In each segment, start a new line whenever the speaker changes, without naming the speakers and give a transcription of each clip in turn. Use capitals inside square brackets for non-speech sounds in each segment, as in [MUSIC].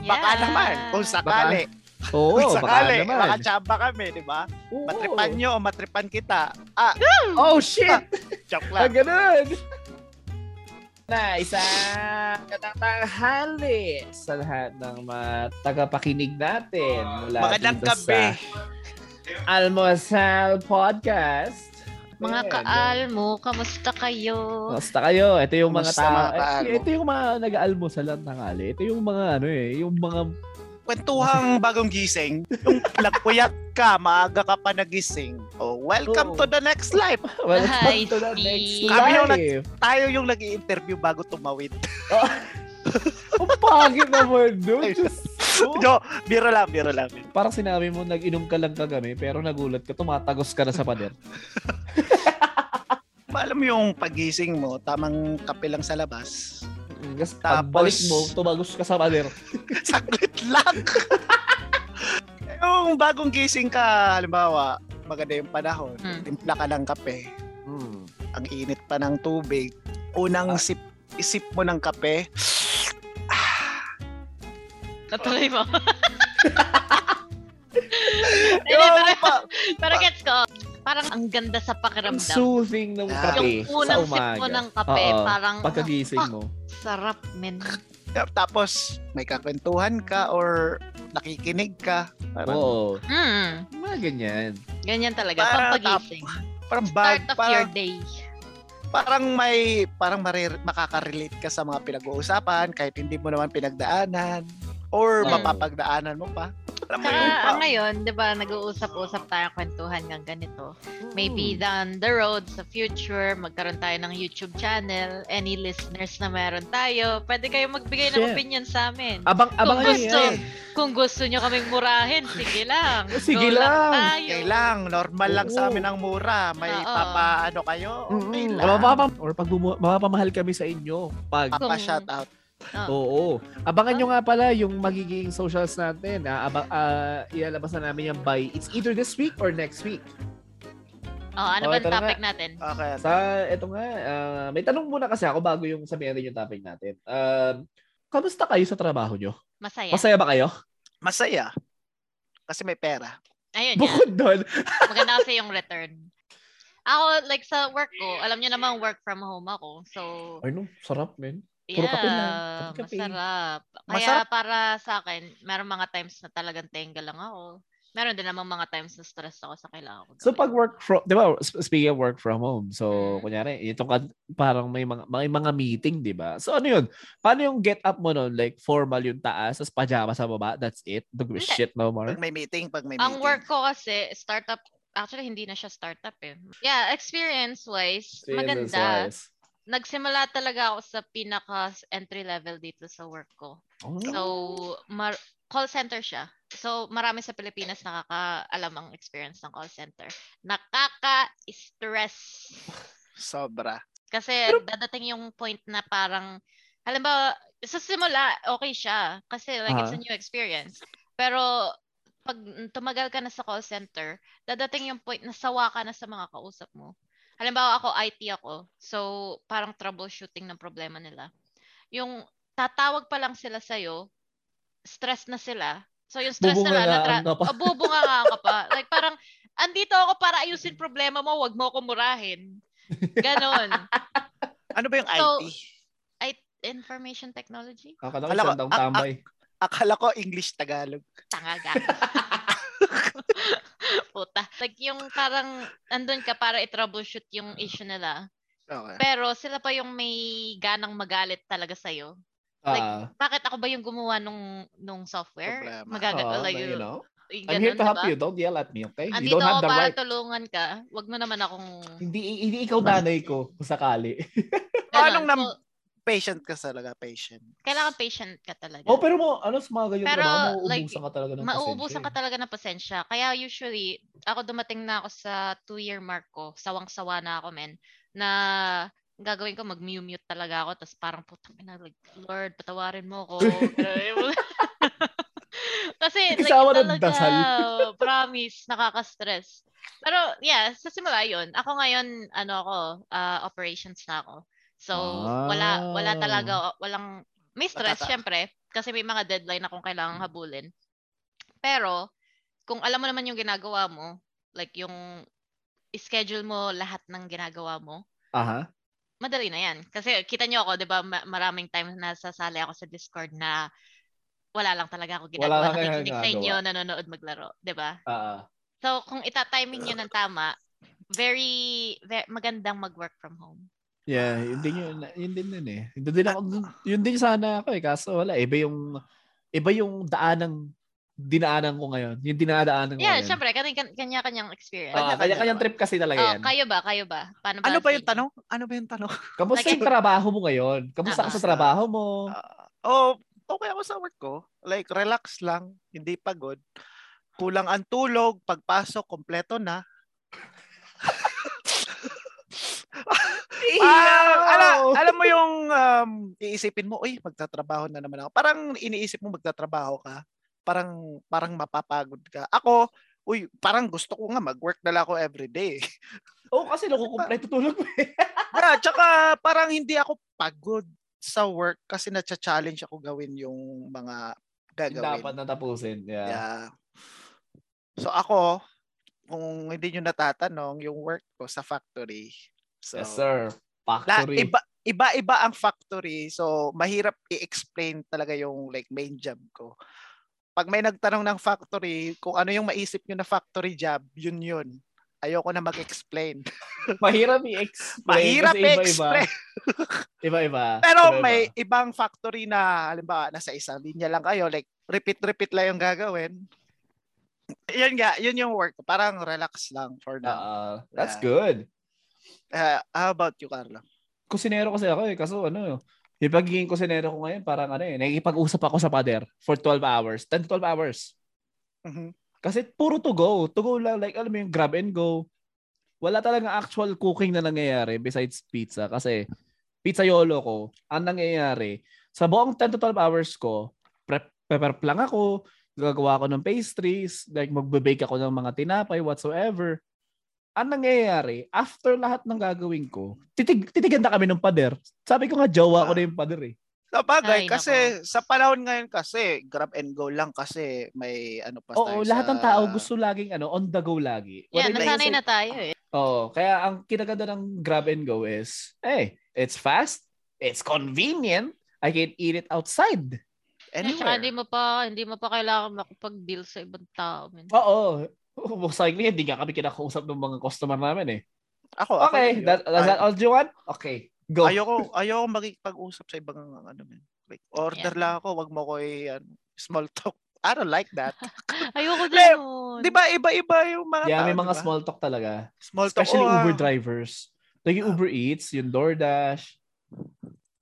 Baka naman, kung sakali.
Oo,
kung
baka
sakali,
naman.
baka tsamba kami, di ba?
Oo.
Matripan nyo o matripan kita. Ah,
Oh, shit!
joke
Ah,
lang.
ganun! Na, isang katatanghali sa lahat ng mga tagapakinig natin mula
Magandang
dito
gabi.
sa Almosal Podcast.
eh,
Mga
Ayan,
kaalmo, kamusta kayo?
Oh.
Kamusta kayo? Ito yung mga
Kamusta,
tao.
mga kaalmo?
eh, ito yung mga nag-almusal ng tanghali. Ito yung mga ano eh, yung mga [LAUGHS]
Kwentuhang bagong gising. Yung nagpuyat ka, maaga ka pa nagising. Oh, welcome
Oo.
to the next life.
[LAUGHS] welcome
Hi,
to the
Steve.
next
Kami yung
life.
Tayo yung nag interview bago tumawid.
Ang pangit naman doon.
Ay,
Diyos ko.
[LAUGHS] Jo, biro lang, biro lang.
Parang sinabi mo, nag-inom ka lang kagabi, pero nagulat ka, tumatagos ka na sa pader.
Alam mo yung pagising mo, tamang kape lang sa labas. [LAUGHS] [LAUGHS]
Tapos
Tapos-
pagbalik mo, tumagos ka sa pader.
Saglit lang. [LAUGHS] yung bagong gising ka, halimbawa, maganda yung panahon,
Hmm.
timpla ka ng kape, ang init pa ng tubig, unang
Ah.
sip, isip mo ng kape,
Natuloy
[LAUGHS]
mo. Hindi,
Yung
parang,
pa-
parang gets ko. Parang ang ganda sa
Ang
pakiramdam.
soothing ng
Ah.
kape
Yung unang
sa
sip
umaga.
mo ng kape,
Oo.
parang
Pagkagising mo.
sarap, men.
tapos may kakwentuhan ka or nakikinig ka. Parang,
Oo.
Hmm,
Mga ganyan.
ganyan talaga,
Parang
pampagising.
parang bag,
Start of your
parang,
day.
parang may parang marir- makaka-relate ka sa mga pinag-uusapan kahit hindi mo naman pinagdaanan or
Mm.
Hmm.
mapapagdaanan mo pa. Alam mo
Saka
yun pa.
ah, ngayon, di ba, nag-uusap-usap tayo kwentuhan ng ganito.
Hmm.
Maybe down the road, sa future, magkaroon tayo ng YouTube channel. Any listeners na meron tayo, pwede kayong magbigay ng
Shit.
opinion sa amin.
Abang, abang
Kung
ano
gusto.
yan.
Kung gusto nyo kaming murahin, sige lang.
Sige
Go
lang.
tayo.
Okay lang, normal lang sa
Oo.
amin ang mura. May
Oo.
papaano kayo? Okay
Mm-mm.
lang.
Mapapam- Ah, or pag bumu- mapapamahal kami sa inyo pag
Papa shout out.
Ah. Oh.
Oo. Abangan nyo nga pala yung magiging socials natin. Ah, abang, ah, ilalabas na namin yan by, it's either this week or next week.
Oh, ano
Oh,
ba
ito
ang
na
topic natin?
Okay.
Sa, eto nga, ah, may tanong muna kasi ako bago yung sabihin natin yung topic natin. Um, kamusta kayo sa trabaho nyo?
Masaya.
Masaya ba kayo?
Masaya. Kasi may pera.
Ayun yan.
Bukod doon.
Maganda kasi yung return. Ako, like sa work ko, alam nyo naman work from home ako. So,
Ay no, sarap men.
yeah,
puro kape lang. Kape-kape.
masarap. Kaya
Masarap.
para sa akin, meron mga times na talagang tenga lang ako. Meron din naman mga times na stress ako sa kailangan ko.
So
gawin.
pag work from, di ba, sp- speaking of work from home,
Mm.
so kunyari, ito ka, parang may mga, may mga meeting, di ba? So ano yun? Paano yung get up mo nun? Like formal yung taas, tapos pajama sa baba, that's it? Don't give a
Hindi.
shit no more?
Pag may meeting, pag may
Ang
meeting.
work ko kasi, startup, actually hindi na siya startup eh. Yeah, experience-wise, maganda.
Business-wise.
nagsimula talaga ako sa pinaka entry level dito sa work ko.
Oh,
So, mar- call center siya. So, marami sa Pilipinas nakakaalam ang experience ng call center. Nakaka-stress.
Sobra.
Kasi dadating yung point na parang, halimbawa, sa simula, okay siya. Kasi like,
Ah.
it's a new experience. Pero, pag tumagal ka na sa call center, dadating yung point na sawa ka na sa mga kausap mo. Halimbawa ako, IT ako. So, parang troubleshooting ng problema nila. Yung tatawag pa lang sila sa'yo, stress na sila. So, yung stress nila,
Bubungangaan ka pa.
Oh, bubungangaan ka pa. Like, parang, andito ako para ayusin problema mo, wag mo ko murahin. Ganon.
Ano ba yung
So,
IT?
Information technology?
Akala ko
Akala ko-
sandang
ah, ah.
tambay.
Akala ko English Tagalog.
Tanga ka. [LAUGHS] Puta. Like, yung parang, andun ka para i-troubleshoot yung issue nila.
Okay.
Pero sila pa yung may ganang magalit talaga sa'yo. Like,
Ah,
bakit ako ba yung gumawa nung nung software?
Problema.
Magagat
ah,
like,
you know.
yung
I'm
ganun,
here to help
diba?
you. Don't yell at me, okay? you
Andito
don't have
ako
the
para
right.
tulungan ka. Huwag mo naman akong...
Hindi, hindi ikaw nanay ko kung sakali.
Paanong
Ganun.
nam-
So,
Patient ka talaga, patient.
kailangan patient ka talaga.
oh, pero mo, ano sa mga ganyan
Pero,
trabaho,
like,
mauubusan ka talaga ng
Mauubusan ka
pasensya eh.
talaga ng pasensya. Kaya usually, ako dumating na ako sa two-year mark ko. Sawang-sawa na ako, men. Na ang gagawin ko, mag-mute talaga ako. Tapos parang, putang ina, like, Lord, patawarin mo ko. [LAUGHS] Kasi, like,
Isawa ng
talaga,
dasal.
[LAUGHS] promise, nakaka-stress. Pero, yeah, sa simula yun. Ako ngayon, ano ako, ah, operations na ako. So, wala, wala
Wow. Ah.
talaga, walang, may stress,
Matata-
syempre. kasi may mga deadline na kung
Mm.
kailangan habulin. Pero, kung alam mo naman yung ginagawa mo, like yung schedule mo lahat ng ginagawa mo,
Aha.
madali na yan. Kasi kita nyo ako, di ba, ma- maraming times na sasali ako sa Discord na wala lang talaga ako
Wala
ginagawa.
lang kayo
Nakikinig sa
ginagawa.
inyo, nanonood maglaro, di ba?
Ah.
So, kung itatiming nyo ng tama, very, very magandang mag-work from home.
Yeah, yun din yun, yun din yun eh. Yun din, ako, yun din sana ako eh, kaso wala, iba yung, iba yung daan ng, dinaanan ko ngayon. Yung dinadaanan ko
Yeah,
ngayon.
syempre, kanya- kan- kanya-kanyang experience.
Ano Ah, kanya-kanyang trip kasi talaga
oh,
yan.
kayo ba? Kayo ba? Paano ba?
Ano
ang
ba yung
feeling?
tanong? Ano ba yung tanong?
Kamusta
like-
yung trabaho mo ngayon? Kamusta ka
Tama.
sa trabaho mo?
Ah, oh, okay ako sa work ko. Like, relax lang. Hindi pagod. Kulang ang tulog. Pagpasok, kompleto na. Ah, ala, alam mo yung um, iisipin mo, uy, magtatrabaho na naman ako. Parang iniisip mo magtatrabaho ka. Parang parang mapapagod ka. Ako, uy, parang gusto ko nga mag-work na lang ako everyday.
Oo, kasi nakukumpleto tulog mo eh.
Ah, tsaka parang hindi ako pagod sa work kasi na-challenge ako gawin yung mga gagawin.
Dapat natapusin. Yeah.
Yeah. So ako, kung hindi nyo natatanong, yung work ko sa factory. So,
Yes, sir.
la-
Factory.
iba, iba-iba ang factory. So, mahirap i-explain talaga yung like main job ko. Pag may nagtanong ng factory, kung ano yung maisip nyo na factory job, yun yun. Ayoko na mag-explain.
Mahirap i-explain.
Mahirap
kasi iba-iba.
i-explain.
Iba-iba.
Pero
Iba-iba.
may ibang factory na, halimbawa, nasa isang linya lang kayo, like, repeat-repeat lang yung gagawin. Yun nga, yun yung work. ko. Parang relax lang for now.
Ah, that's
Yeah.
good.
Uh, how about you, Carlo?
Kusinero kasi ako eh. Kaso ano, yung pagiging kusinero ko ngayon, parang ano eh, nakikipag-usap ako sa pader for 12 hours. 10 to 12 hours.
Mhm.
Kasi puro to go. To go lang, like alam mo yung grab and go. Wala talaga actual cooking na nangyayari besides pizza. Kasi pizza yolo ko, ang nangyayari, sa buong 10 to 12 hours ko, prep, prep lang ako, gagawa ako ng pastries, like magbe-bake ako ng mga tinapay, whatsoever. Ang nangyayari, after lahat ng gagawin ko, titig, titigan na kami ng pader. Sabi ko nga, jowa ko na yung pader eh.
Ay,
Sabagay,
nako.
kasi sa panahon ngayon kasi, grab and go lang kasi may ano pa
Oo,
tayo
lahat
sa-
ng tao gusto laging ano, on the go lagi.
Yeah,
Whether
nasanay
nasa-
na tayo eh.
Oo. Kaya ang kinaganda ng grab and go is, hey, it's fast, it's convenient, I can eat it outside.
Yeah, tsaka
anywhere.
hindi mo pa, hindi mo pa kailangan makapag-deal sa ibang tao. Man.
Oo. Most likely, hindi nga kami kinakausap ng mga customer namin eh.
Ako, ako
Okay,
yun.
that, that's that
Ay-
all you want? Okay, go.
Ayoko, ayoko magkipag-usap sa ibang ano man. Like, order
Yeah.
lang ako, wag mo ko i- ano, small talk. I don't like that.
Ayoko din
Lem,
nun.
Di ba iba-iba yung mga
yeah,
tao,
may mga
di ba?
small talk talaga.
small talk.
Especially
oh, ah.
Uber drivers. Like yung Uber Eats, yung DoorDash.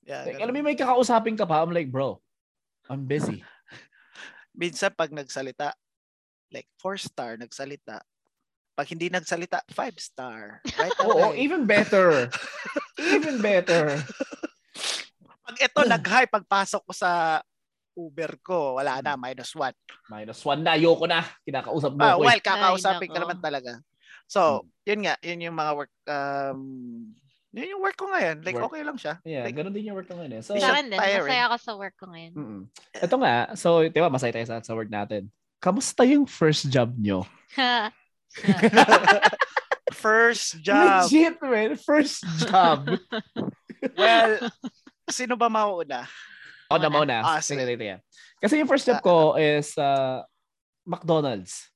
Yeah,
Like,
ganun.
alam mo, may kakausapin ka pa. I'm like, bro, I'm busy.
minsan pag nagsalita, like four star nagsalita, pag hindi nagsalita, five star. Right
[LAUGHS] Oo,
away.
even
[LAUGHS]
better. Even better.
pag ito
Hmm.
nag-high, pagpasok ko sa Uber ko, wala
Hmm.
na, minus one.
Minus one na, ayoko na. Kinakausap mo
Ah,
ko eh.
well,
Ay,
kakausapin ka
nako.
naman talaga. So,
Hmm.
yun nga, yun yung mga work, um, yun yung work ko ngayon. Like,
Work.
okay lang siya.
Yeah,
Like-
ganun din yung work ko ngayon eh. So,
Di
Sa
siya
akin din,
tiring.
masaya ako sa work ko [LAUGHS] ngayon.
mm ito nga, so, di ba, masaya tayo sa, sa work natin. Kamusta yung first job nyo?
First [LAUGHS]
[LAUGHS]
job.
Legit, man. First job.
[LAUGHS] well, sino ba mauuna?
o, Oh, na muna.
Ah,
Sige,
sige. Ah,
sige, sige. Kasi yung first job ko is uh, McDonald's.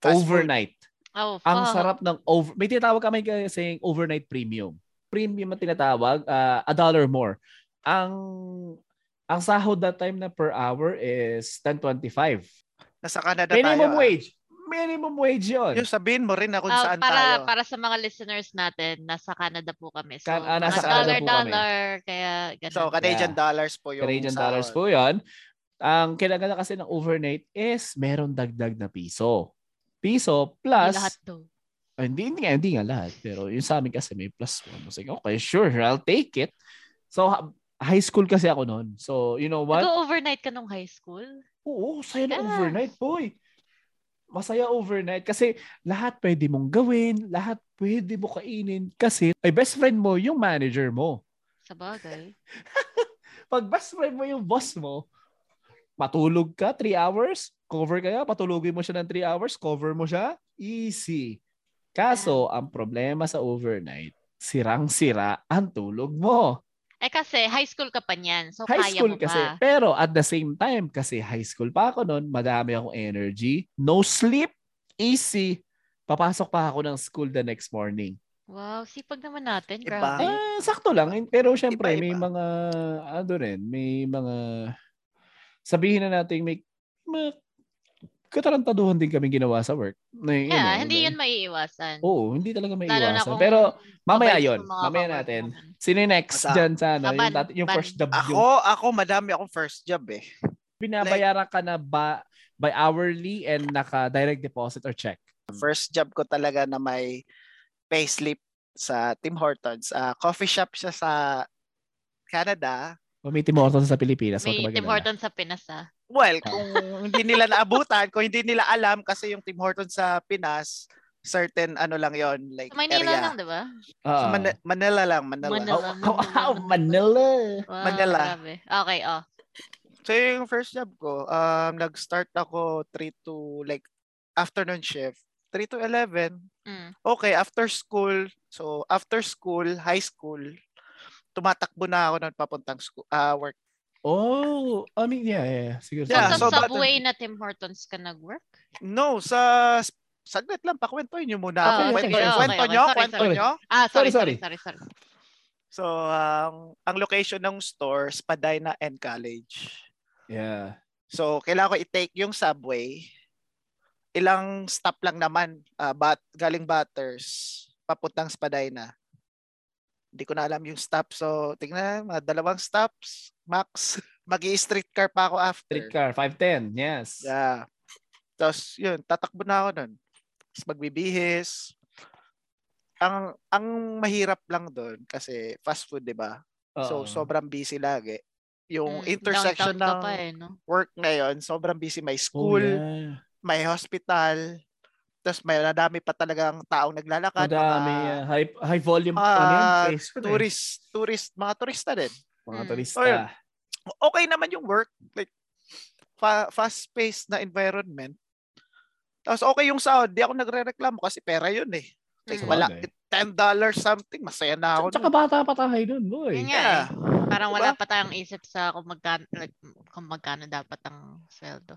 Fast food. Ah.
overnight.
oh, fuck.
Ang sarap ng over... May tinatawag kami kasing overnight premium. Premium ang tinatawag, ah, a dollar more. Ang ang sahod that time na per hour is 10.25.
Nasa Canada
Minimum
tayo. ah.
wage. Minimum wage yun.
Yung sabihin mo rin na kung
Oh,
saan
para,
tayo.
para sa mga listeners natin, nasa Canada po kami. So,
Kan- ah,
nasa
nasa
Canada
dollar,
po kami.
dollar, kaya ganun.
So, Canadian dollars po yung
Canadian
sahod.
dollars po yun. Ang kinaganda kasi ng overnight is meron dagdag na piso. Piso
Hindi
plus,
lahat to.
Ah, hindi, hindi, nga, hindi nga lahat. Pero yung sa amin kasi may plus one. So, okay, sure, I'll take it. So, ha- high school kasi ako noon. So, you know what?
Nag-overnight ka nung high school?
Oo, saya na
Yeah.
overnight, boy. Masaya overnight kasi lahat pwede mong gawin, lahat pwede mo kainin kasi ay best friend mo yung manager mo.
Sa bagay.
Pag best friend mo yung boss mo, matulog ka 3 hours, cover kaya, patulogin mo siya ng 3 hours, cover mo siya, easy. Kaso, ang problema sa overnight, sirang-sira ang tulog mo.
Eh kasi, high school ka pa niyan. So,
high
kaya mo
school kasi.
ba?
Pero at the same time, kasi high school pa ako noon, madami akong energy, no sleep, easy. Papasok pa ako ng school the next morning.
Wow, sipag naman natin.
Iba.
Grabe.
Ah, sakto lang. Eh, Pero syempre,
Iba-iba.
may mga, ano rin, may mga, sabihin na natin, may, ma, katarantaduhan din kami ginawa sa work. Na, you
yeah,
know,
hindi
na-
yun maiiwasan.
Oo, hindi talaga may
Lalo na
iwasan.
kung
eh. Pero mamaya
mabait
yon
yung mga
Mamaya
kawork
natin.
mo.
Sino yung next
Sa-
dyan sa ano?
sa
Yung,
ban-
tat- yung
ban.
first job. yung
Ako, ako madami akong first job eh.
binabayaran ka na ba by hourly and naka direct deposit or check?
First job ko talaga na may payslip sa Tim Hortons. Ah, coffee shop siya sa Canada.
O may Tim Hortons sa Pilipinas?
May
Huwag ka
Tim
mag-alala.
Hortons sa Pinas ah.
Well, kung
[LAUGHS]
hindi nila naabutan, kung hindi nila alam kasi yung Tim Hortons sa Pinas, certain ano lang yon like
Sa Manila
area.
lang, di ba?
Ah.
Sa Mani- Manila lang, Manila.
Manila.
Oh, oh, oh, Manila.
Wow,
Manila.
Grabe. Okay, oh.
So yung first job ko, um, nag-start ako 3 to like afternoon shift. 3 to 11.
Mm.
Okay, after school. So after school, high school, tumatakbo na ako ng papuntang school, ah, work.
Oh, I mean, yeah, yeah. yeah. Siguro.
Yeah,
so,
so
sa
but-
Subway na Tim Hortons ka nag-work?
No, sa saglit lang, pakwentuhin niyo muna. ako.
Ah, okay,
kwento,
okay, okay,
kwento
okay.
niyo,
Sorry,
kwento
sorry.
niyo.
Ah, sorry,
Sorry,
sorry, sorry, sorry.
So, ang ang location ng store, Spadina and College.
Yeah.
So, kailangan ko i-take yung subway. Ilang stop lang naman, ah, bat, galing Batters, papuntang Spadina. Hindi ko na alam yung stop. So, tingnan, mga dalawang stops, max. [LAUGHS] mag streetcar pa ako after.
Streetcar, 510. Yes.
Yeah. Tapos, yun, tatakbo na ako nun. Tapos magbibihis. Ang, ang mahirap lang doon kasi fast food, di ba? So,
Oo.
sobrang busy lagi. Yung
Mm,
intersection
downtown ka
ng
pa eh, no?
work ngayon, sobrang busy. May
Oh,
school,
yeah.
may hospital, tapos may nadami pa talagang taong naglalakad.
Madami.
mga
yeah. High, high volume.
Ah,
ano yan? Place yun eh.
Tourist, tourist, mga turista din.
Mga
Mm.
turista.
Oh, yun. Okay naman yung work. Like, fa- fast-paced na environment. Tapos okay yung sahod, di ako nagre-reklamo kasi pera yun eh. Like,
Mm.
wala,
Sabagay.
$10 something, masaya na ako.
Tsaka
nun.
bata pa tayo dun, boy.
Yun nga eh.
yeah.
Parang
Diba?
wala pa tayong isip sa kung magkano, like, kung magkano dapat ang sweldo.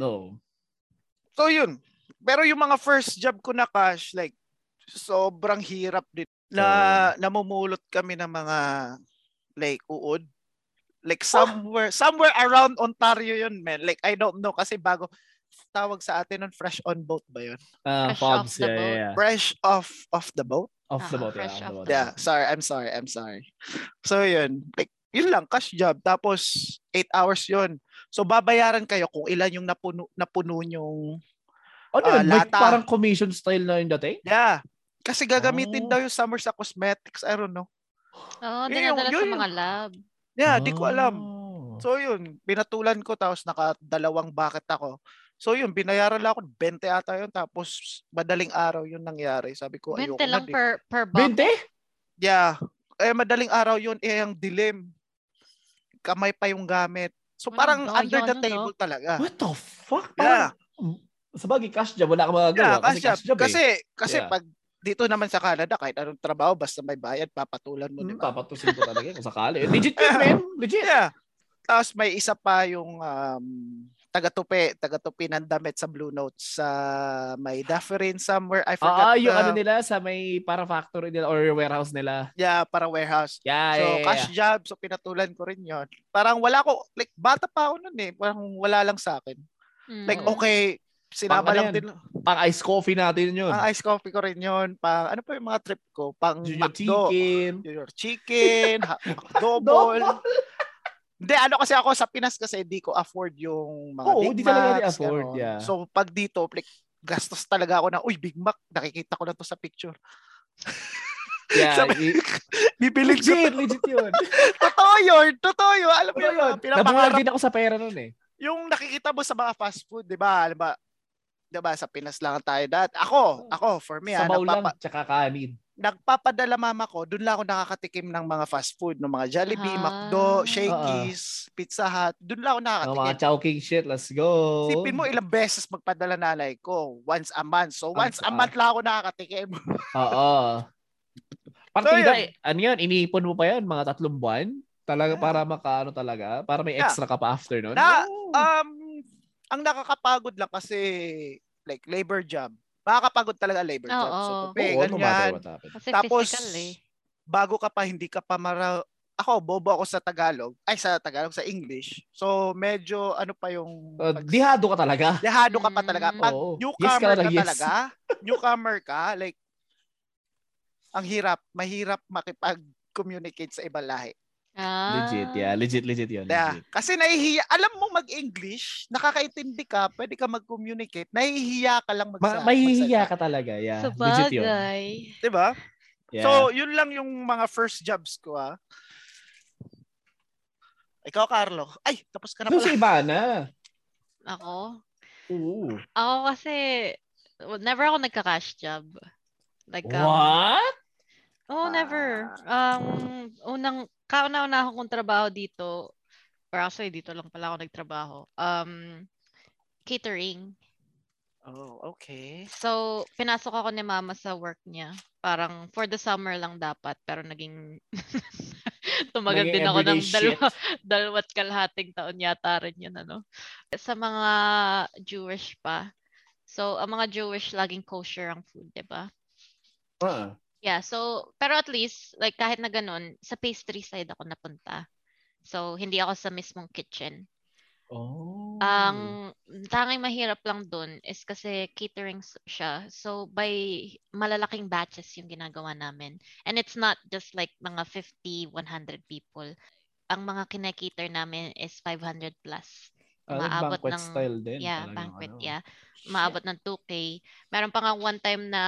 No.
So yun. Pero yung mga first job ko na cash, like, sobrang hirap din. Na, namumulot kami ng mga, like, uod. Like, somewhere, somewhere around Ontario yun, man. Like, I don't know, kasi bago, tawag sa atin nun, fresh on boat ba yun?
Ah,
Fresh
fobs.
off the
Yeah, yeah,
boat.
yeah.
Fresh off of the boat?
Off the
Ah,
boat.
fresh
Yeah,
off
off the boat.
the
Yeah, sorry, I'm sorry, I'm sorry. So yun, like, yun lang, cash job. Tapos, 8 hours yun. So, babayaran kayo kung ilan yung napuno, napuno yung
Ano
Ah,
yun? May
lata.
parang commission style na yung dating?
Yeah. Kasi gagamitin
Oh.
daw yung summer sa cosmetics. I don't know.
Oo, oh,
Yun,
dinadala
yun,
sa
yun.
mga lab.
Yeah, di ko alam.
Oh.
So yun, pinatulan ko tapos naka dalawang bucket ako. So yun, binayaran lang ako 20 ata yun tapos madaling araw yun nangyari. Sabi ko, ayoko
20
na.
lang
di-
per, per box.
20?
Yeah. Eh, madaling araw yun, eh, ang dilim. Kamay pa yung gamit. So
Walang
parang
doyo,
under the
ano to?
table talaga.
What the fuck?
Yeah.
Parang, mm, sa bagay, cash job. Wala ka magagawa.
Yeah,
kasi
kasi,
cash job
kasi,
eh.
kasi
Yeah.
pag dito naman sa Canada, kahit anong trabaho, basta may bayad, papatulan mo, di
Hmm,
ba?
papatusin ko talaga yun kung sakali. Legit
[LAUGHS]
yun, man. Legit.
Yeah. Tapos may isa pa yung um, taga-tupi, taga-tupi ng damit sa Blue Notes sa may Dafferin somewhere. I forgot.
Ah, yung
the-
ano nila sa may para factory nila or warehouse nila.
Yeah, para warehouse. so,
Yeah, Ah, yeah, yeah,
cash job. So, pinatulan ko rin yon Parang wala ko, like, bata pa ako nun eh. Parang wala lang sa akin.
Mm.
Like, okay, sinama
Pang ano
lang
yan?
din.
yeah. Pang ice coffee natin yun.
Pang ice coffee ko rin yon Pang, ano pa yung mga trip ko? Pang
Junior
McDo.
chicken.
Junior chicken.
[LAUGHS]
ha-
Double.
McDouble. Hindi, ano kasi ako sa Pinas kasi di ko afford yung mga
Oo,
Big
di talaga
Macs,
i-afford,
ganon.
yeah.
So, pag dito, like, gastos talaga ako na, uy, Big Mac, nakikita ko lang to sa
[LAUGHS]
picture.
Yeah.
Sabi-
i-
Bibili ko.
legit, legit yun.
[LAUGHS] Totoo yun, totoo yun. Alam mo yun,
Ano yun?
mga
Nabuhal
pinapangarap.
din ako sa pera nun eh.
Yung nakikita mo sa mga fast food, di ba? Alam ba, di ba, sa Pinas lang tayo dahil. Ako, ako, for me, ah,
Sabaw lang, tsaka kanin.
nagpapadala mama ko, doon lang ako nakakatikim ng mga fast food, ng mga Jollibee,
Ah.
McDo, Shakey's, Pizza Hut. Doon lang ako
Ang
nakakatikim.
mga chowking shit, let's go.
Sipin mo eh. ilang beses magpadala nanay ko. Once a month. So once
Ah,
a month lang ako nakakatikim.
Oo.
[LAUGHS]
Partida,
So,
eh, ano yun, iniipon mo pa yan, mga tatlong buwan? Talaga,
Yeah.
para makaano talaga? Para may
Yeah.
extra ka pa after nun?
Na-
Oh.
um, ang nakakapagod lang kasi like labor job. Makakapagod talaga labor job.
Oo.
So
Oo,
pupe,
no matter
ganyan.
what happened.
Kasi
Tapos,
physical eh.
Bago ka pa, hindi ka pa mara... Ako, bobo ako sa Tagalog. Ay, sa Tagalog, sa English. So medyo ano pa yung...
So,
pag-
dihado ka talaga.
Dehado ka pa talaga. Pag
Ah, Oo. Yes ka
newcomer ka,
lang, yes.
talaga, newcomer ka, like, ang hirap, mahirap makipag-communicate sa ibang lahi.
Ah.
Legit, yeah. Legit, legit yun.
Kaya,
Legit.
kasi nahihiya, alam mo mag-English, nakakaintindi ka, pwede ka mag-communicate, nahihiya ka lang magsa-
Ma-
magsalita.
mahihiya ka talaga, yeah. Legit yun.
Sabagay.
Diba?
Yeah.
So, yun lang yung mga first jobs ko, ha. Ikaw, Carlo. Ay, tapos ka na
so, [LAUGHS]
pala.
si Ivana.
Ako?
Oo.
Ako kasi, well, never ako nagka-cash job. Like, um,
What?
Oh, never. Um, unang, kauna-una akong trabaho dito, or actually dito lang pala ako nagtrabaho, um, catering.
Oh, okay.
So, pinasok ako ni mama sa work niya. Parang for the summer lang dapat, pero naging [LAUGHS] tumagal
Naging
din ako
everyday
ng dalawa, [LAUGHS] dalawat kalahating taon yata rin yun, ano. Sa mga Jewish pa. So, ang mga Jewish, laging kosher ang food, di ba?
Ah.
Yeah, so, pero at least, like, kahit na ganun, sa pastry side ako napunta. So, hindi ako sa mismong kitchen.
Oh.
Ang
Mm.
tanging mahirap lang dun is kasi catering s- siya. So, by malalaking batches yung ginagawa namin. And it's not just like mga 50, 100 people. Ang mga kinakater namin is 500 plus.
Ah,
umaabot
banquet
ng-
style din.
Yeah,
talagang
banquet,
ano.
yeah. Maabot ng 2K. Meron pa nga one time na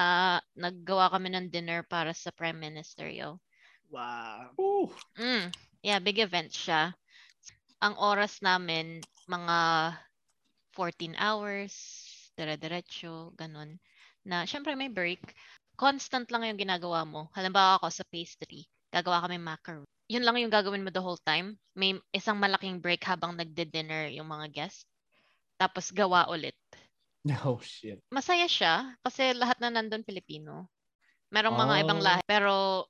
naggawa kami ng dinner para sa Prime Minister, yo.
Wow.
Ooh.
Mm. Yeah, big event siya. Ang oras namin, mga 14 hours, dire-diretso, ganun. Na, syempre may break. Constant lang yung ginagawa mo. Halimbawa ako sa pastry, gagawa kami macaron. Yun lang yung gagawin mo the whole time. May isang malaking break habang nagde-dinner yung mga guest. Tapos gawa ulit.
[LAUGHS] Oh, shit.
Masaya siya kasi lahat na nandun Pilipino. Merong mga ibang
Oh.
lahi. Pero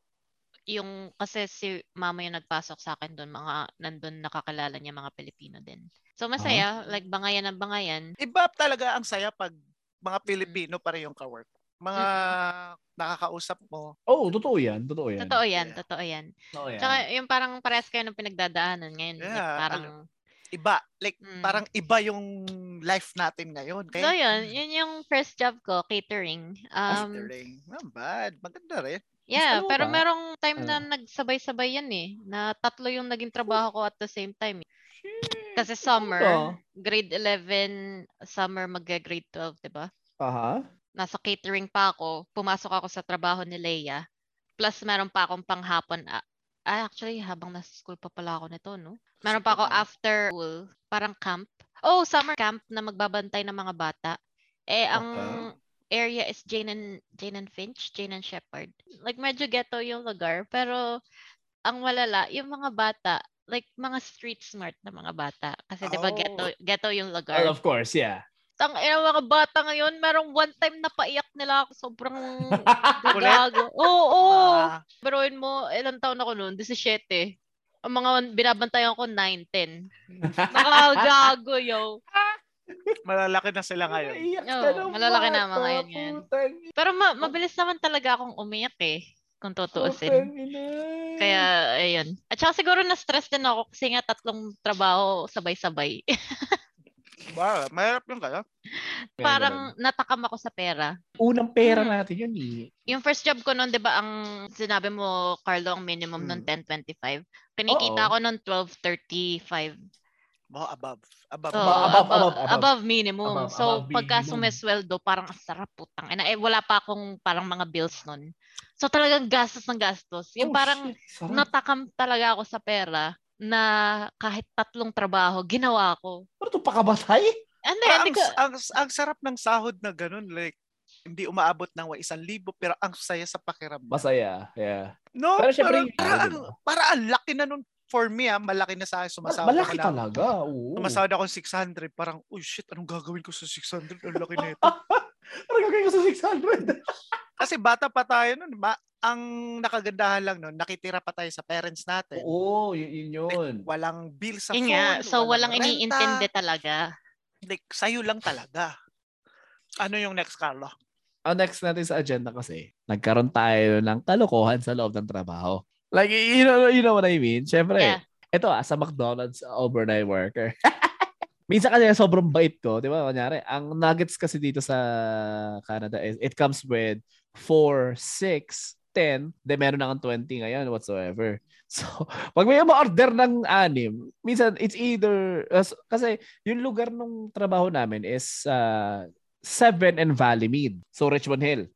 yung kasi si mama yung nagpasok sa akin doon, mga nandun nakakilala niya mga Pilipino din. So masaya, like bangayan ng bangayan.
Iba talaga ang saya pag mga Pilipino pa rin yung kawork.
[LAUGHS]
Mga nakakausap mo,
Oh, totoo yan. Totoo yan. Oh,
Totoo yan,
Yeah.
totoo yan.
Totoo yan.
Tsaka yung parang parehas kayo ng pinagdadaanan ngayon. like,
Yeah,
parang,
iba. Like,
Mm.
parang iba yung life natin ngayon.
so yun,
[LAUGHS]
yun yung first job ko, catering. Um,
Considering, not bad. Maganda rin.
yeah,
ano
pero
ba?
merong time na nagsabay-sabay yan eh. Na tatlo yung naging trabaho ko at the same time. eh. Kasi
Ano
summer, grade 11, summer mag-grade 12, di ba?
Aha.
nasa catering pa ako, pumasok ako sa trabaho ni Leia. Plus, meron pa akong panghapon. a- Ah, actually, habang nasa school pa pala ako nito, no? Meron pa ako
Sige.
after school, parang camp. Oh, summer camp na magbabantay ng mga bata. Eh, ang area is Jane and, Jane and Finch, Jane and Shepherd. Like, medyo ghetto yung lugar, pero ang malala, yung mga bata, like, mga street smart na mga bata. Kasi, di ba,
Oh.
ghetto, ghetto yung lugar
Well, Oh, of course, yeah.
tang ina mga bata ngayon, merong one time napaiyak nila ako sobrang
[LAUGHS]
gagago. Oo, oo.
Ah,
Biruin mo, ilang taon ako noon? 17. Ang mga binabantayan ko, 9, 10. Nakagago, yo.
malalaki na sila ngayon.
Iyak
Oo,
ka ng
malalaki na
bata,
mga yan, yan.
putang
Pero ma- mabilis naman talaga akong umiyak eh. Kung tutuusin.
putang ina.
Kaya, ayun. At saka siguro na-stress din ako kasi nga tatlong trabaho sabay-sabay. [LAUGHS]
Wow, mahirap yung kaya.
Ganun,
Parang natakam ako sa pera.
ganun. unang pera
Mm.
natin yun eh.
Yung first job ko noon, 'di ba, ang sinabi mo, Carlo, ang minimum noon
Mm.
10.25. Kinikita
Oo.
ko noon 12.35.
Mo above. Above.
So,
above.
Above, above,
above,
above,
above,
above.
minimum.
Above,
so,
above
pagka
minimum.
sumesweldo, parang ang sarap putang. ina. eh, wala pa akong parang mga bills noon. So, talagang gastos ng gastos. Yung
Oh,
parang
shit, sarap.
natakam talaga ako sa pera na kahit tatlong trabaho, ginawa ko.
Ano to, pakabatay?
Hindi,
Ah,
hindi
ang,
ko,
ang, ang sarap ng sahod na ganun. Like, hindi umaabot ng wa isang libo pero ang saya sa pakiramdam.
Masaya. Yeah.
no,
Pero syempre
parang-
yun,
para,
diba?
ang, para ang laki na nun for me ah, malaki na sa akin sumasahod
Malaki
ako ng-
talaga. Oo.
Sumasahod ako ng 600, parang, uy shit, anong gagawin ko sa 600? Ang laki
[LAUGHS]
na ito.
Parang gagawin ko sa 600.
Kasi bata pa tayo nun, ma- ang nakagandahan lang nun, nakitira pa tayo sa parents natin.
Oo, yun, yun yun.
Walang bill sa
Yun
phone.
nga, so walang
renta.
iniintindi talaga.
Like, sa'yo lang talaga. Ano yung next, Carlo?
Ang next natin sa agenda kasi, nagkaroon tayo ng kalokohan sa loob ng trabaho. Like, you know, you know what I mean? Siyempre,
Yeah.
ito ah, sa McDonald's overnight worker. [LAUGHS] Minsan kasi sobrang bait ko, di ba? Kanyari, ang nuggets kasi dito sa Canada is it comes with 4, 6, 10, then meron na kang 20 ngayon whatsoever. [LAUGHS] So, pag may ma-order ng anim, minsan it's either, as- kasi yung lugar nung trabaho namin is uh, Seven and Valley Mead. So, Richmond Hill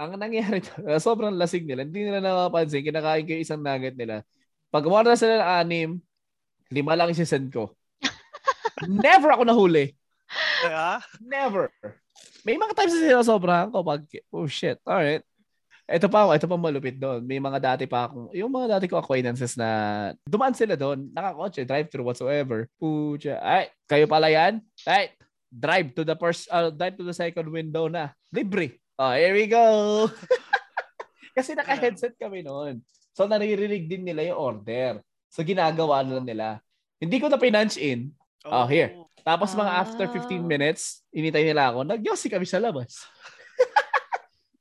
ang nangyari, [LAUGHS] to- sobrang lasing nila. Hindi nila napapansin. Kinakain ko yung isang nugget nila. Pag umorder sila ng anim, lima lang isi-send ko. Never ako nahuli.
Kaya,
Never. May mga times na sinasobrahan ko pag, oh shit, alright. Ito pa, ito pa malupit doon. May mga dati pa akong, yung mga dati ko acquaintances na dumaan sila doon, nakakotse, drive-thru whatsoever. Pucha, ay, kayo pala yan? Ay, drive to the first, uh, drive to the second window na. Libre. Oh, here we go. [LAUGHS] Kasi naka-headset kami noon. So, naririnig din nila yung order. So, ginagawa na lang nila. Hindi ko na pinunch in. Oh, here. Tapos mga after 15
Ah.
minutes, initay nila ako, nagyosi kami sa labas.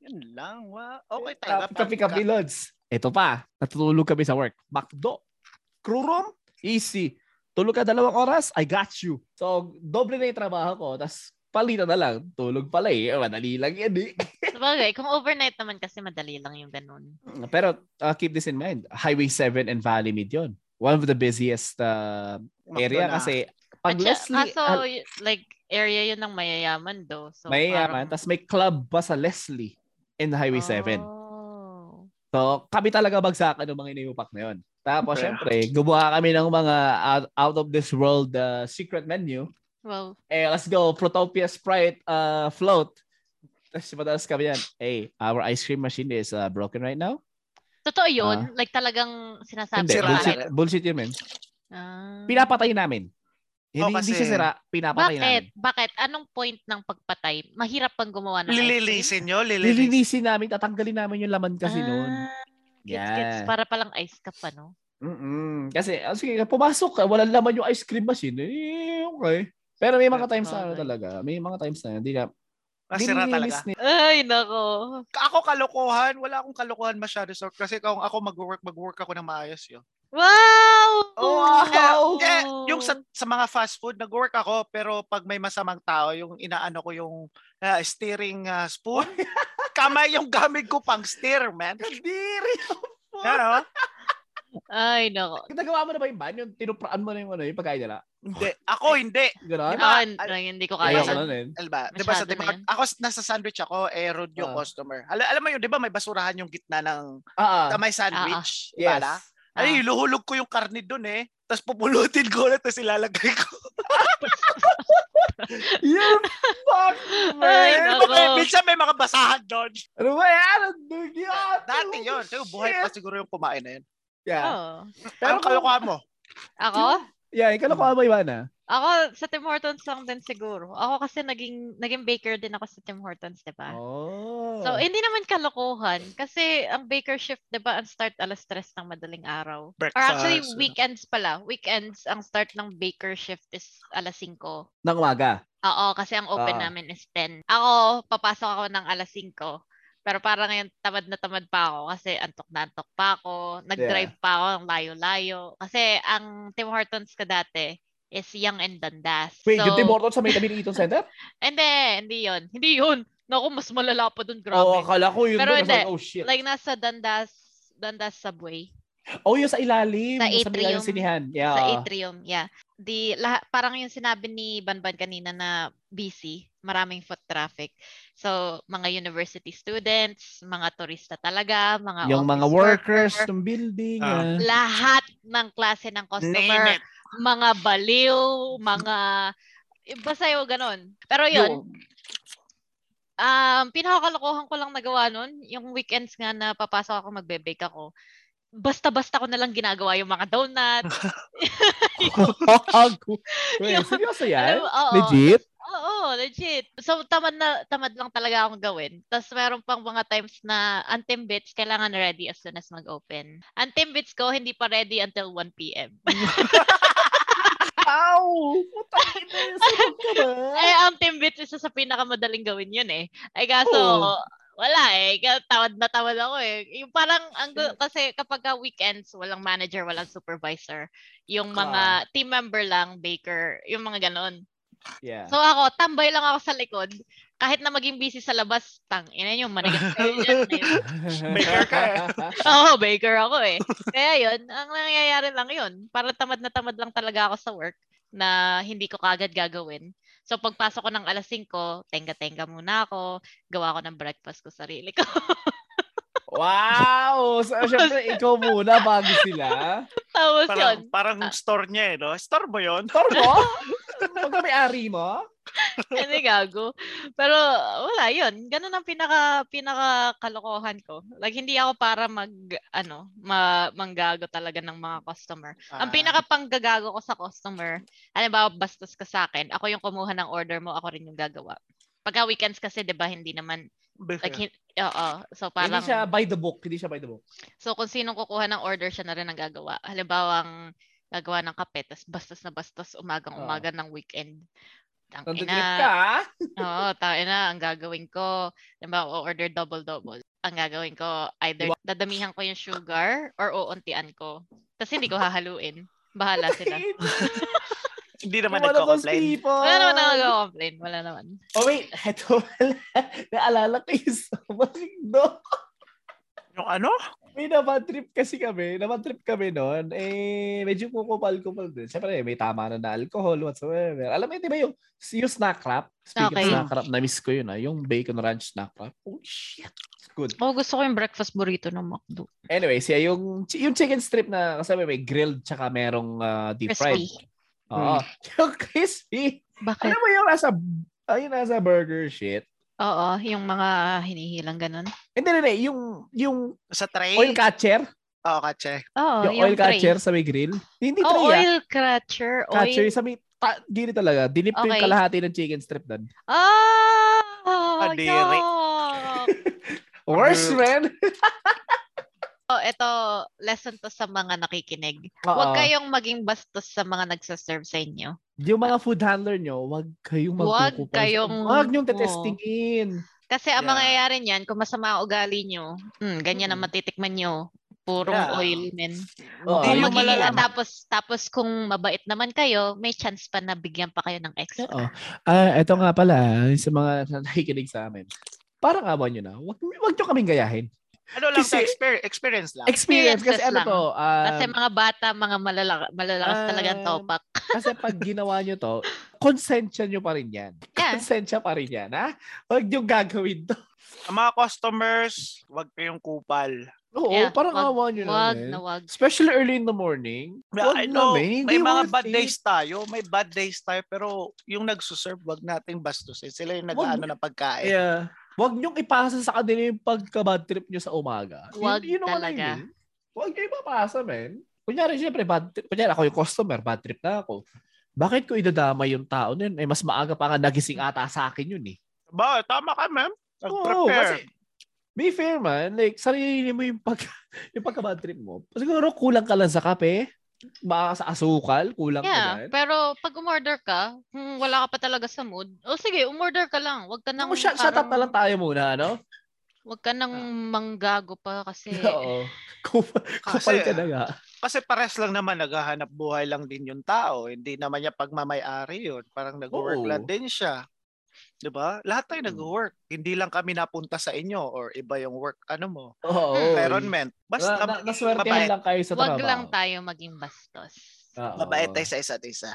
Yun lang, wa. Okay talaga.
Kapi kapi lods. Ito pa, natutulog kami sa work. McDo. Crew room, easy. Tulog ka dalawang oras, I got you. So, doble na yung trabaho ko. Tapos, palitan na lang. Tulog pala eh. Madali lang yan eh. [LAUGHS]
Sabagay, kung overnight naman kasi madali lang yung ganun.
Pero, uh, keep this in mind. Highway 7 and Valley Mid yun. One of the busiest uh,
Makdo
area
na.
kasi
At
pag
siya,
Leslie,
kaso,
ah,
y- like, area yun ng mayayaman do. So, parang-
mayayaman. Tapos may club ba sa Leslie in Highway 7.
Oh.
So, kami talaga bagsakan ng mga iniupak na yun. Tapos,
Okay.
syempre, gumawa kami ng mga out, out of this world uh, secret menu.
Well,
Eh, let's go, Protopia Sprite uh, float. Tapos, madalas kami yan. Hey, our ice cream machine is uh, broken right now.
totoo yun. like, talagang sinasabi
Ah. Hindi,
ng
sira.
bullshit,
kahit-
bullshit yun, man.
Ah.
Pinapatay namin. Hindi,
Oh, kasi-
hindi siya sira, pinapatay
Bakit?
namin.
Bakit? Anong point ng pagpatay? Mahirap pang gumawa ng ice cream?
Lililisin nyo, lililisin.
Lilinisin namin, tatanggalin namin yung laman kasi noon.
Ah, Gets, gets. Para palang ice cup, ano?
mm Kasi, ah, sige, pumasok ka, walang laman yung ice cream machine. Eh, okay. Pero may mga times na ano
Sabagay.
talaga. May mga times na hindi na.
Masira talaga.
dinilinis ni-
Ay, nako.
Ako kalokohan, wala akong kalokohan masyado. So, kasi kung ako mag-work, mag-work ako na maayos yun.
Wow!
Wow!
Eh, eh, yung sa, sa mga fast food, nag-work ako, pero pag may masamang tao, yung inaano ko yung ah, steering ah,
[LAUGHS]
spoon, kamay yung gamit ko pang steer, man.
Kadiri!
Ano?
Ay, nako.
Nagawa mo na ba yung ban? Yung tinupraan mo na yung, ano, yung pagkain nila?
Hindi. Ako hindi.
Ganon?
Diba?
Ah, hindi ko kaya.
Ayaw
Ayoko
ko
yun.
nun eh.
Alba, 'di Ano ba sa
Masyado na
Dimag,
yan.
ako nasa sandwich ako, eh rude yung
Ah.
customer. Al- alam mo yun, 'di ba may basurahan yung gitna ng
Ah, ah.
tamay sandwich,
yes.
pala.
Ah.
Ay, luhulog ko yung karne doon eh. Tapos pupulutin ko na tapos ilalagay ko.
You're fucked,
Ay, nako.
man!
Okay, Eh, minsan may mga basahan doon.
Ano ba yan? Ang dugyan!
Dati yun. So, buhay pa siguro yung kumain na yun.
Yeah.
Oh.
Pero
Pero kung-
kalokohan mo.
Ako?
Yeah, ikaw kalokohan mo, Ivana.
Ako, sa Tim Hortons lang din siguro. Ako kasi naging, naging baker din ako sa Tim Hortons, di ba? Ah.
Oh.
So, hindi naman kalokohan. Kasi ang baker shift, di ba, ang start alas 3 ng madaling araw. Or actually,
Breakfast,
weekends pala. Weekends, ang start ng baker shift is alas 5.
Nang umaga.
Oo, kasi ang open
Ah.
namin is 10. Ako, papasok ako ng alas 5. Pero para ngayon, tamad na tamad pa ako kasi antok na antok pa ako. Nag-drive pa ako ng layo-layo. Kasi ang Tim Hortons ko dati is Young and Dandas.
Wait,
so,
yung Tim Hortons sa may tabi ng Eaton
[LAUGHS]
Center?
Hindi, hindi yun. Hindi yun. Naku, mas malala pa dun, grabe.
Oo, akala ko yun.
Pero
doon. I was
hindi.
like, Oh, shit.
Like nasa Dandas, Dandas Subway.
Oh, yung sa ilalim.
Sa
Sa ilalim
atrium.
ng sinihan. Ya. Yeah.
Sa atrium, yeah. Di, lah- parang yung sinabi ni Banban kanina na busy, maraming foot traffic. So, mga university students, mga turista talaga, mga ah,
Yung
office
mga workers
worker,
ng building.
Ah.
[LAUGHS] ah.
lahat ng klase ng
Name
customer,
it.
mga baliw, mga basta yung ganun. Pero yun,
Yung-
um, pinakakalokohan ko lang nagawa nun, yung weekends nga na papasok ako, magbe-bake ako. Basta-basta ko na lang ginagawa yung mga donut.
Oh,
[LAUGHS]
Wait, seryoso yan?
Alam mo, oo.
ya? Legit?
Oo, legit. So, tamad na, tamad lang talaga akong gawin. Tapos, meron pang mga times na Antim Bits, kailangan ready as soon as mag-open. Antim Bits ko, hindi pa ready until 1 p.m.
Ow!
Oh,
Putang ina, sabag ka ba?
[LAUGHS] [LAUGHS] eh, Antim Bits, isa sa pinakamadaling gawin yun eh. Ay, kaso,
Oo.
wala eh. Kaya Tawad na tawad ako eh. Yung parang, ang, gu- kasi kapag ka weekends, walang manager, walang supervisor. Yung mga team member lang, baker, yung mga ganon.
Yeah.
So ako, tambay lang ako sa likod. Kahit na maging busy sa labas, tang, ina yung manigas kayo dyan. eh.
Baker ka eh.
Oo, baker ako eh. Kaya yun, ang nangyayari lang yun. Para tamad na tamad lang talaga ako sa work na hindi ko kagad gagawin. So pagpasok ko ng alas 5, tenga-tenga muna ako, gawa ko ng breakfast ko sarili ko.
[LAUGHS]
[LAUGHS]
wow! So, syempre, ikaw muna bago sila.
[LAUGHS] Tapos yun, Ah.
Parang, parang store niya eh, no? Store mo yun?
Tor mo? Pag may-ari mo?
ano gago. Pero wala yun, ganun ang pinaka pinaka kalokohan ko. Like hindi ako para mag ano, ma, manggago talaga ng mga customer.
Ah.
Ang pinaka panggagago ko sa customer, alam ba, bastos ka sa akin, ako yung kumuha ng order mo, ako rin yung gagawa. Pagka weekends kasi, di ba, hindi naman, like,
Like,
hin- oo, so parang,
Hindi siya by the book. Hindi siya by the book.
so kung sinong kukuha ng order, siya na rin ang gagawa. Halimbawa, ang gagawa ng kape, tas bastos na bastos, umagang-umaga ng weekend. Ang
Nandaginip ka, ha?
Oo, tayo na. Ang gagawin ko, naman, order double-double. Ang gagawin ko, either dadamihan ko yung sugar or uuntian ko. Tapos hindi ko hahaluin. Bahala sila.
hindi naman
One of those
nagko-complain.
people.
Wala naman ako complain. Wala naman.
Oh, wait. Heto pala. Naalala ko yung [LAUGHS] sumasigdo.
Yung ano?
May naman trip kasi kami. Naman trip kami noon. Eh, medyo kukupal-kupal din. Siyempre, may tama na na alcohol whatsoever. Alam mo, di ba yung, yung snack wrap? Speaking
Okay.
of snack wrap, na-miss ko yun ah. Yung bacon ranch snack wrap. Oh, shit. It's good.
Oh, gusto ko yung breakfast burrito ng McDo.
Anyway, siya yung, yung chicken strip na kasama may grilled tsaka merong ah, deep fried.
Crispy. Hmm.
Oo. [LAUGHS] Yung crispy.
Bakit?
Alam mo yung nasa, ay, yung nasa burger shit.
Oo, yung mga hinihilang ganun.
Hindi, hindi, hindi. Yung, yung
Sa tray?
oil catcher.
Oo, katse.
Oo, Eh, oh,
yung, oil
tray.
catcher sa may grill. Hindi
Oh,
tray, ah.
oil catcher. Oil.
Catcher sa may, ta, gini talaga. Dinip ko yung
Okay.
kalahati ng chicken strip doon.
Ah!
Kadiri.
yuck! Mm.
Worse, man.
[LAUGHS] Oh, ito, lesson to sa mga nakikinig. Huwag
Oo.
kayong maging bastos sa mga nagsaserve sa inyo.
Yung mga food handler nyo, wag kayong
Huwag
magkukupas.
kayong-
Huwag nyong tetestingin.
Kasi ang
Yeah.
mangyayari niyan, kung masama ang ugali nyo, mm, ganyan ang
Mm.
matitikman nyo. Purong
Yeah.
oil, men.
Oo.
Kung
Hindi mo
magiging- ano,
malalaman.
tapos, tapos kung mabait naman kayo, may chance pa na bigyan pa kayo ng extra.
Oo. Ah, ito nga pala, sa mga [LAUGHS] nakikinig sa amin. Parang awan nyo na, wag, wag nyo kaming gayahin.
Ano lang to,
Kasi-
exper- experience lang.
Experience kasi ano
lang.
to, ah,
Kasi mga bata, mga malala- malalakas
um,
talaga ang topak.
kasi pag ginawa nyo to, konsensya nyo pa rin yan.
Yeah.
Konsensya pa rin yan, ha? Huwag nyo gagawin to.
Ang mga customers, wag kayong kupal.
Oo,
Yeah,
parang
wag-
awan nyo
Wag
na,
na
man.
wag.
Especially early in the morning. Wag
I
na,
know,
man. Hindi
may mga
worth
bad
it.
days tayo. May bad days tayo. Pero yung nagsuserve, wag nating bastusin. Sila yung
Wag-
nag-ano na pagkain.
Yeah. Huwag nyong ipasa sa kanila yung pagka-bad trip nyo sa umaga.
Wag
you, you know
talaga.
What I mean? Huwag nyo ipapasa, man. Kunyari, syempre, bad trip. Kunyari, ako yung customer, bad trip na ako. Bakit ko idadama yung tao na yun? Eh, mas maaga pa nga nagising ata sa akin yun eh.
Ba, tama ka, ma'am.
Oo,
Nag-prepare.
Be fair man, like sarili mo yung pag [LAUGHS] yung pagka-bad trip mo. Siguro kulang ka lang sa kape, baka sa asukal, kulang ka
Yeah,
dyan.
pero pag umorder ka, kung wala ka pa talaga sa mood, o sige, umorder ka lang. Wag ka nang
Nang, Oh, shut, shut up
parang-
na lang tayo muna, ano?
Wag ka nang manggago pa kasi.
[LAUGHS] Oo. Kupal,
Ah,
kupal
Kasi-
ka na nga.
Kasi pares lang naman, naghahanap buhay lang din yung tao. Hindi naman niya pagmamayari yun. Parang nag-work
Oo.
lang din siya. 'Di ba? Lahat tayo
Mm.
nag-work. Hindi lang kami napunta sa inyo or iba yung work ano mo.
Oo.
Environment. Basta
na, na,
maging
naswertehan
mabait,
lang kayo sa
Wag
trabaho.
lang tayo maging bastos.
Oo.
mabait eh. tayo sa isa't isa.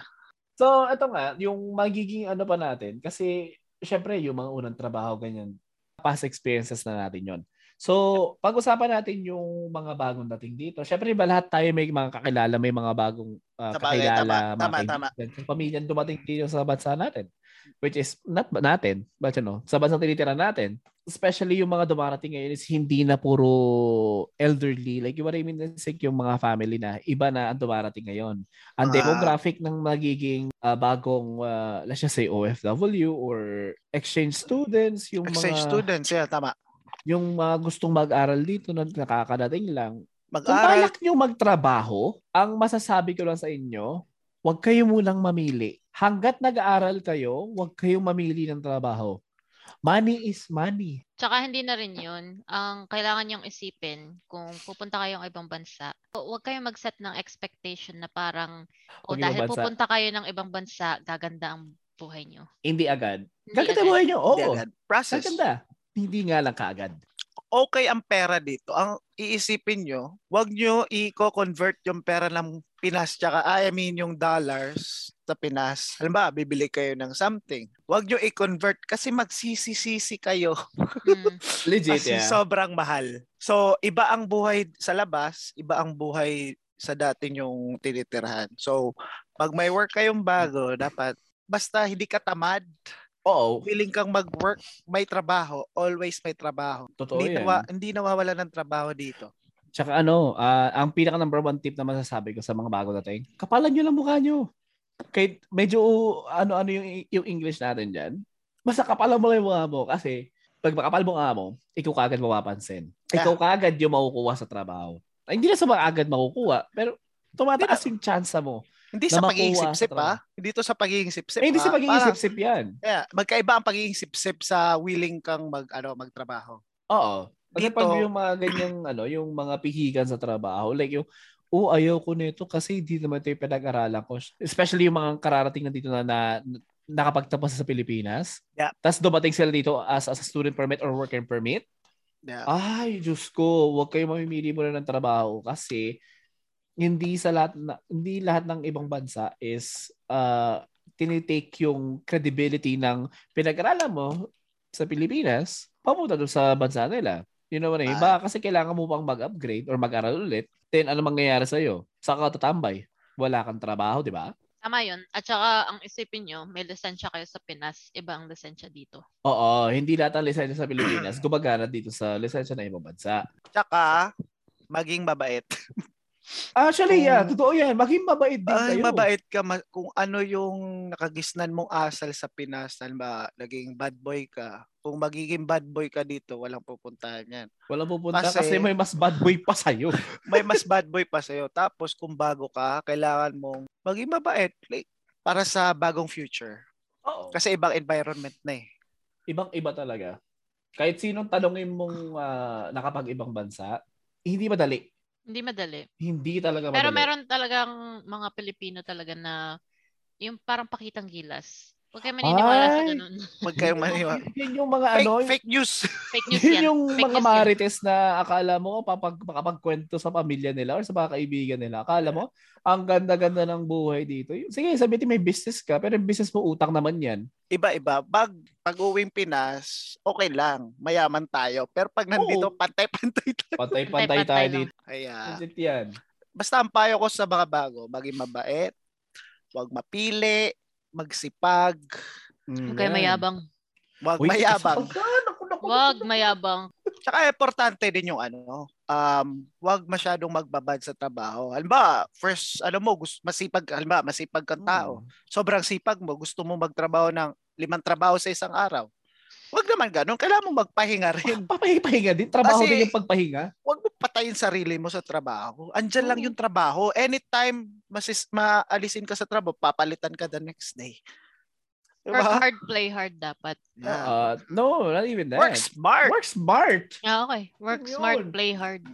So, ito nga, yung magiging ano pa natin, kasi, syempre, yung mga unang trabaho, ganyan, past experiences na natin yon So, pag-usapan natin yung mga bagong dating dito. Syempre, ba lahat tayo may mga kakilala, may mga bagong uh,
Sa bagay,
kakilala,
tama, tama,
mga kaibigan, sa pamilya na dumating dito sa bansa natin. Which is, not ba- natin, but you know, sa bansang tinitira natin. Especially yung mga dumarating ngayon is hindi na puro elderly. Like, yung what I mean is like, yung mga family na iba na ang dumarating ngayon. Ang
Mga-
demographic ng magiging ah, bagong, ah, let's just say OFW or exchange students, yung
Exchange
mga
students, yeah, tama.
yung mga gustong mag-aral dito na nakakadating lang. Kung
Mag-aral,
balak nyo magtrabaho, ang masasabi ko lang sa inyo, huwag kayo munang mamili. Hanggat nag-aaral kayo, huwag kayong mamili ng trabaho. Money is money.
Tsaka hindi na rin yun. Ang kailangan niyong isipin kung pupunta kayong ibang bansa, hu- huwag kayong mag-set ng expectation na parang, o
Huwag ibang
dahil
bansa.
pupunta kayo ng ibang bansa, gaganda ang buhay niyo.
Hindi agad.
Hindi
Gaganda
agad.
buhay nyo. Oo.
Hindi agad. process.
Gaganda. Hindi nga lang kaagad.
Okay ang pera dito. Ang iisipin nyo, wag nyo i-convert yung pera ng Pinas tsaka, I mean, yung dollars sa Pinas. Halimbawa, bibili kayo ng something. Wag nyo i-convert kasi magsisisisi kayo.
Mm.
Legit,
Kasi sobrang mahal. So, iba ang buhay sa labas, iba ang buhay sa dati yung tinitirahan. So, pag may work kayong bago, dapat basta hindi ka tamad,
Oo.
willing kang mag-work, may trabaho, always may trabaho.
Totoo
hindi,
yan.
nawa- hindi nawawala ng trabaho dito.
Tsaka ano, ah, ang pinaka number one tip na masasabi ko sa mga bago dating, kapalan nyo lang mukha nyo. Kahit medyo ano-ano yung, yung English natin dyan, basta kapalan mo lang yung mukha mo kasi pag makapal mo nga mo, ikaw kagad mapapansin.
Yeah.
Ikaw kagad yung makukuha sa trabaho. Ay, hindi na sa mga agad makukuha, pero tumataas yung chance mo.
Hindi
Na
sa
makuha
pag-iisip-sip
sa trabaho.
pa. Dito sa pag-iisip-sip
Eh, hindi
ah.
sa pag-iisip-sip yan.
Parang, yeah, magkaiba ang pag-iisip-sip sa willing kang mag, ano, magtrabaho.
Oo. Kasi
Dito-
pag yung mga ganyang ano, yung mga pihikan sa trabaho, like yung oh, ayaw ko nito kasi hindi naman ito yung pinag-aralan ko. Especially yung mga kararating na dito na, na nakapagtapos sa Pilipinas.
Yeah.
Tapos dumating sila dito as, as a student permit or worker permit. Ah.
Yeah.
Ay, Diyos ko, huwag kayo mamimili mo na ng trabaho kasi hindi sa lahat na, hindi lahat ng ibang bansa is uh, tinitake yung credibility ng pinag-aralan mo sa Pilipinas papunta doon sa bansa nila. You know what I mean?
Ah.
Baka kasi kailangan mo pang mag-upgrade or mag-aral ulit. Then ano mangyayari sa'yo? Saan ka tatambay? Wala kang trabaho, di ba?
Tama yun. At saka, ang isipin nyo, may lisensya kayo sa Pinas, iba ang lisensya dito.
Oo, hindi lahat ng lisensya sa
[CLEARS THROAT]
Pilipinas gumagana dito sa lisensya ng ibang bansa.
Tsaka, maging mabait.
Actually, yeah,
Oo.
totoo yan. Maging mabait din
Ay,
kayo.
mabait ka ma- kung ano yung nakagisnan mong asal sa Pinas, ba, naging bad boy ka. Kung magiging bad boy ka dito, walang pupuntahan yan.
Walang pupunta kasi,
Kasi-
may mas bad boy pa sa'yo.
May mas bad boy pa sa'yo. Tapos kung bago ka, kailangan mong maging mabait like, para sa bagong future.
Oo.
Kasi ibang environment na eh.
Ibang-iba talaga. Kahit sinong tanongin mong ah, nakapag-ibang bansa, hindi madali.
Hindi madali.
Hindi talaga madali.
Pero meron talagang mga Pilipino talaga na yung parang pakitang gilas. Huwag kayo maniniwala sa
Ay!
ganun. [LAUGHS]
Huwag
[LAUGHS]
kayong maniwa.
Yun yung mga
Fake,
ano,
fake news.
Fake news
yun
yan.
yung
Fake
mga
news yan.
marites na akala mo papag, makapagkwento sa pamilya nila or sa mga kaibigan nila. Akala mo, ang ganda-ganda ng buhay dito. Yung- Sige, sabihin may business ka, pero yung business mo utang naman yan.
Iba-iba. Pag, pag uwing Pinas, okay lang. Mayaman tayo. Pero pag nandito,
Oo.
pantay-pantay tayo. [LAUGHS]
Pantay-pantay tayo
Pantay-pantay lang.
dito.
Kaya,
Legit yan.
basta ang payo ko sa mga bago, maging mabait, huwag mapili, magsipag,
Huwag
Mm.
kayo mayabang.
huwag
Uy,
mayabang.
kasapagdan. Ako, naku,
Huwag mayabang.
Tsaka importante din yung ano, um, huwag masyadong magbabad sa trabaho. Halimbawa, first, ano mo, gusto, masipag, halimbawa, masipag kang tao.
Hmm.
Sobrang sipag mo, gusto mo magtrabaho ng limang trabaho sa isang araw. Huwag naman ganun, kailangan mo magpahinga [LAUGHS] rin.
Papahinga din. Trabaho
Kasi-
din yung pagpahinga.
Huwag mo patayin sarili mo sa trabaho. Andyan lang
Oo.
yung trabaho. Anytime masis, maalisin ka sa trabaho, papalitan ka the next day. Diba?
Work hard, play hard dapat.
Yeah.
Uh, no, not even that.
Ah. Work smart.
Work smart.
Ah, okay. Work
Yun.
smart, play hard.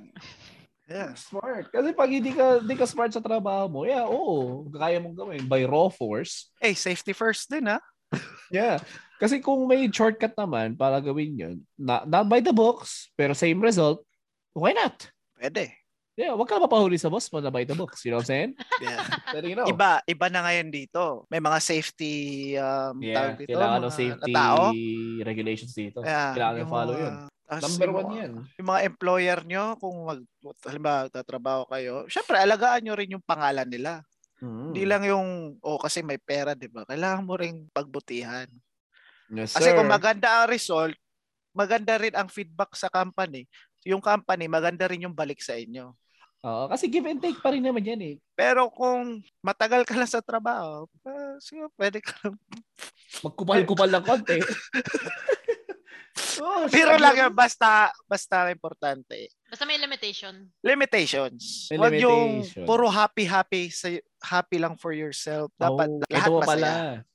Yeah.
Work smart. Kasi pag hindi ka, hindi ka smart sa trabaho mo, yeah, oo, kaya mong gawin by raw force.
Eh, safety first din ha.
Yeah. Kasi kung may shortcut naman para gawin yun, na, not by the books, pero same result, why not?
Pwede.
Yeah, wag ka na mapahuli sa boss mo na by the books. You know
[LAUGHS]
what I'm saying?
Yeah.
Pero you know.
Iba, iba na ngayon dito. May mga safety um
Yeah,
tawag dito, mga
kailangan ng safety
tao.
regulations dito.
Yeah,
Kailangan
yung
follow
mga-
yun.
Tapos
Number
yung
one
mga-
yan.
Yung mga employer nyo, kung mag, halimbawa, tatrabaho kayo, syempre, alagaan nyo rin yung pangalan nila.
Mm.
Hindi lang yung, oh, kasi may pera, di ba? Kailangan mo rin pagbutihan.
Yes,
Kasi
sir.
kung maganda ang result, maganda rin ang feedback sa company. Yung company, maganda rin yung balik sa inyo.
Oo, kasi give and take pa rin naman yan eh.
Pero kung matagal ka lang sa trabaho, ah, siguro pwede ka lang.
Magkupal-kupal lang konti.
[LAUGHS]
oh,
Pero lang yun, basta, basta importante.
Basta may limitation.
Limitations.
May
Huwag yung
limitation.
puro happy-happy sa happy lang for yourself. Dapat lahat
Oh, ito pa
masaya.
pala.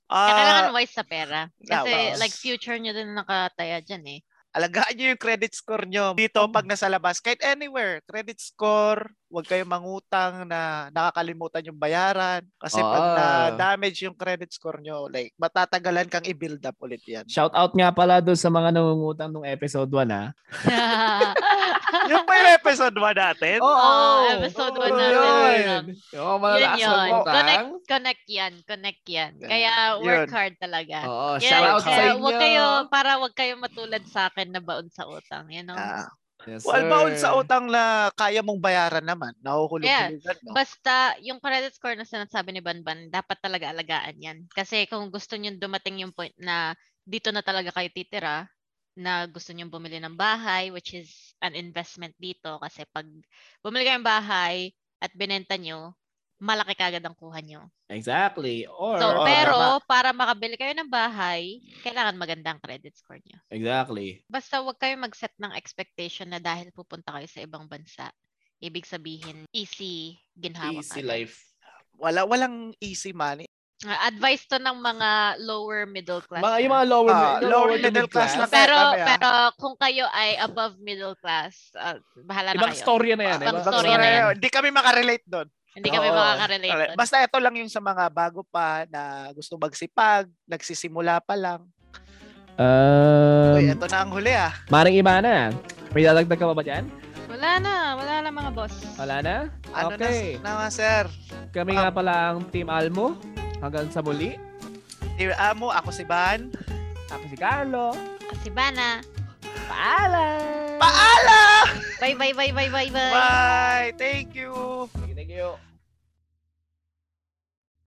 Ah,
Kaya kailangan wise sa pera. Kasi
yeah, well.
like future nyo din nakataya
[LAUGHS]
dyan eh. [LAUGHS]
alagaan nyo yung credit score nyo dito pag nasa labas. Kahit anywhere, credit score, huwag kayong mangutang na nakakalimutan yung bayaran. Kasi pag
Ah.
na-damage yung credit score nyo, like, matatagalan kang i-build up ulit yan.
Shout out nga pala doon sa mga nangungutang nung episode ah. 1 ha.
yung may episode 1 natin.
Oo,
episode
one natin,
Yun.
yun.
Yung mga malalakas
Yun, yun.
nangungutang.
connect yan, connect yan.
Yeah.
Kaya work
Yun. Oh,
hard talaga.
Oo,
Yeah,
shout
kaya
out sa inyo.
Wag kayo, para wag kayo matulad sa akin na baon sa utang. You know?
Ah.
Yes,
well,
sir.
baon sa utang na kaya mong bayaran naman. Nahuhulog-hulugan mo.
Basta yung credit score na sinasabi ni Banban, dapat talaga alagaan yan. Kasi kung gusto nyo dumating yung point na dito na talaga kayo titira, na gusto nyo bumili ng bahay, which is an investment dito. Kasi pag bumili kayo ng bahay at binenta nyo, malaki kagad ang kuha nyo.
Exactly. Or,
So,
Oo,
pero
tama.
para makabili kayo ng bahay, kailangan magandang credit score nyo.
exactly.
Basta huwag kayo mag-set ng expectation na dahil pupunta kayo sa ibang bansa, ibig sabihin, easy ginhawa
Easy
kagad.
life.
Wala, walang easy money.
Uh, advice to ng mga lower middle class.
Mga, yung
na.
mga lower,
Ah,
yung
lower middle class lang
pero
kami, ah.
pero kung kayo ay above middle class, ah, bahala
Ibang
na kayo.
storya na Ano yan. eh.
Ibang
iba?
storya
Sorry,
na yan.
Hindi kami makarelate doon.
Hindi kami
Oo.
makakarelate.
Alright,
doon.
Basta ito lang yung sa mga bago pa na gusto magsipag, nagsisimula pa lang.
Um,
Uy, ito na ang huli ah.
Maring Imana, may dadagdag ka pa ba dyan?
Wala na, wala na mga boss.
Wala na?
Ano
okay.
na, na sir?
Kami nga pala ang Team Almo. Hanggang sa muli.
Si Amo, ako si Van.
Ako si Carlo.
Kasi bana.
Paalam!
Paalam!
Bye bye bye bye bye bye.
Bye! Thank you!
Thank you.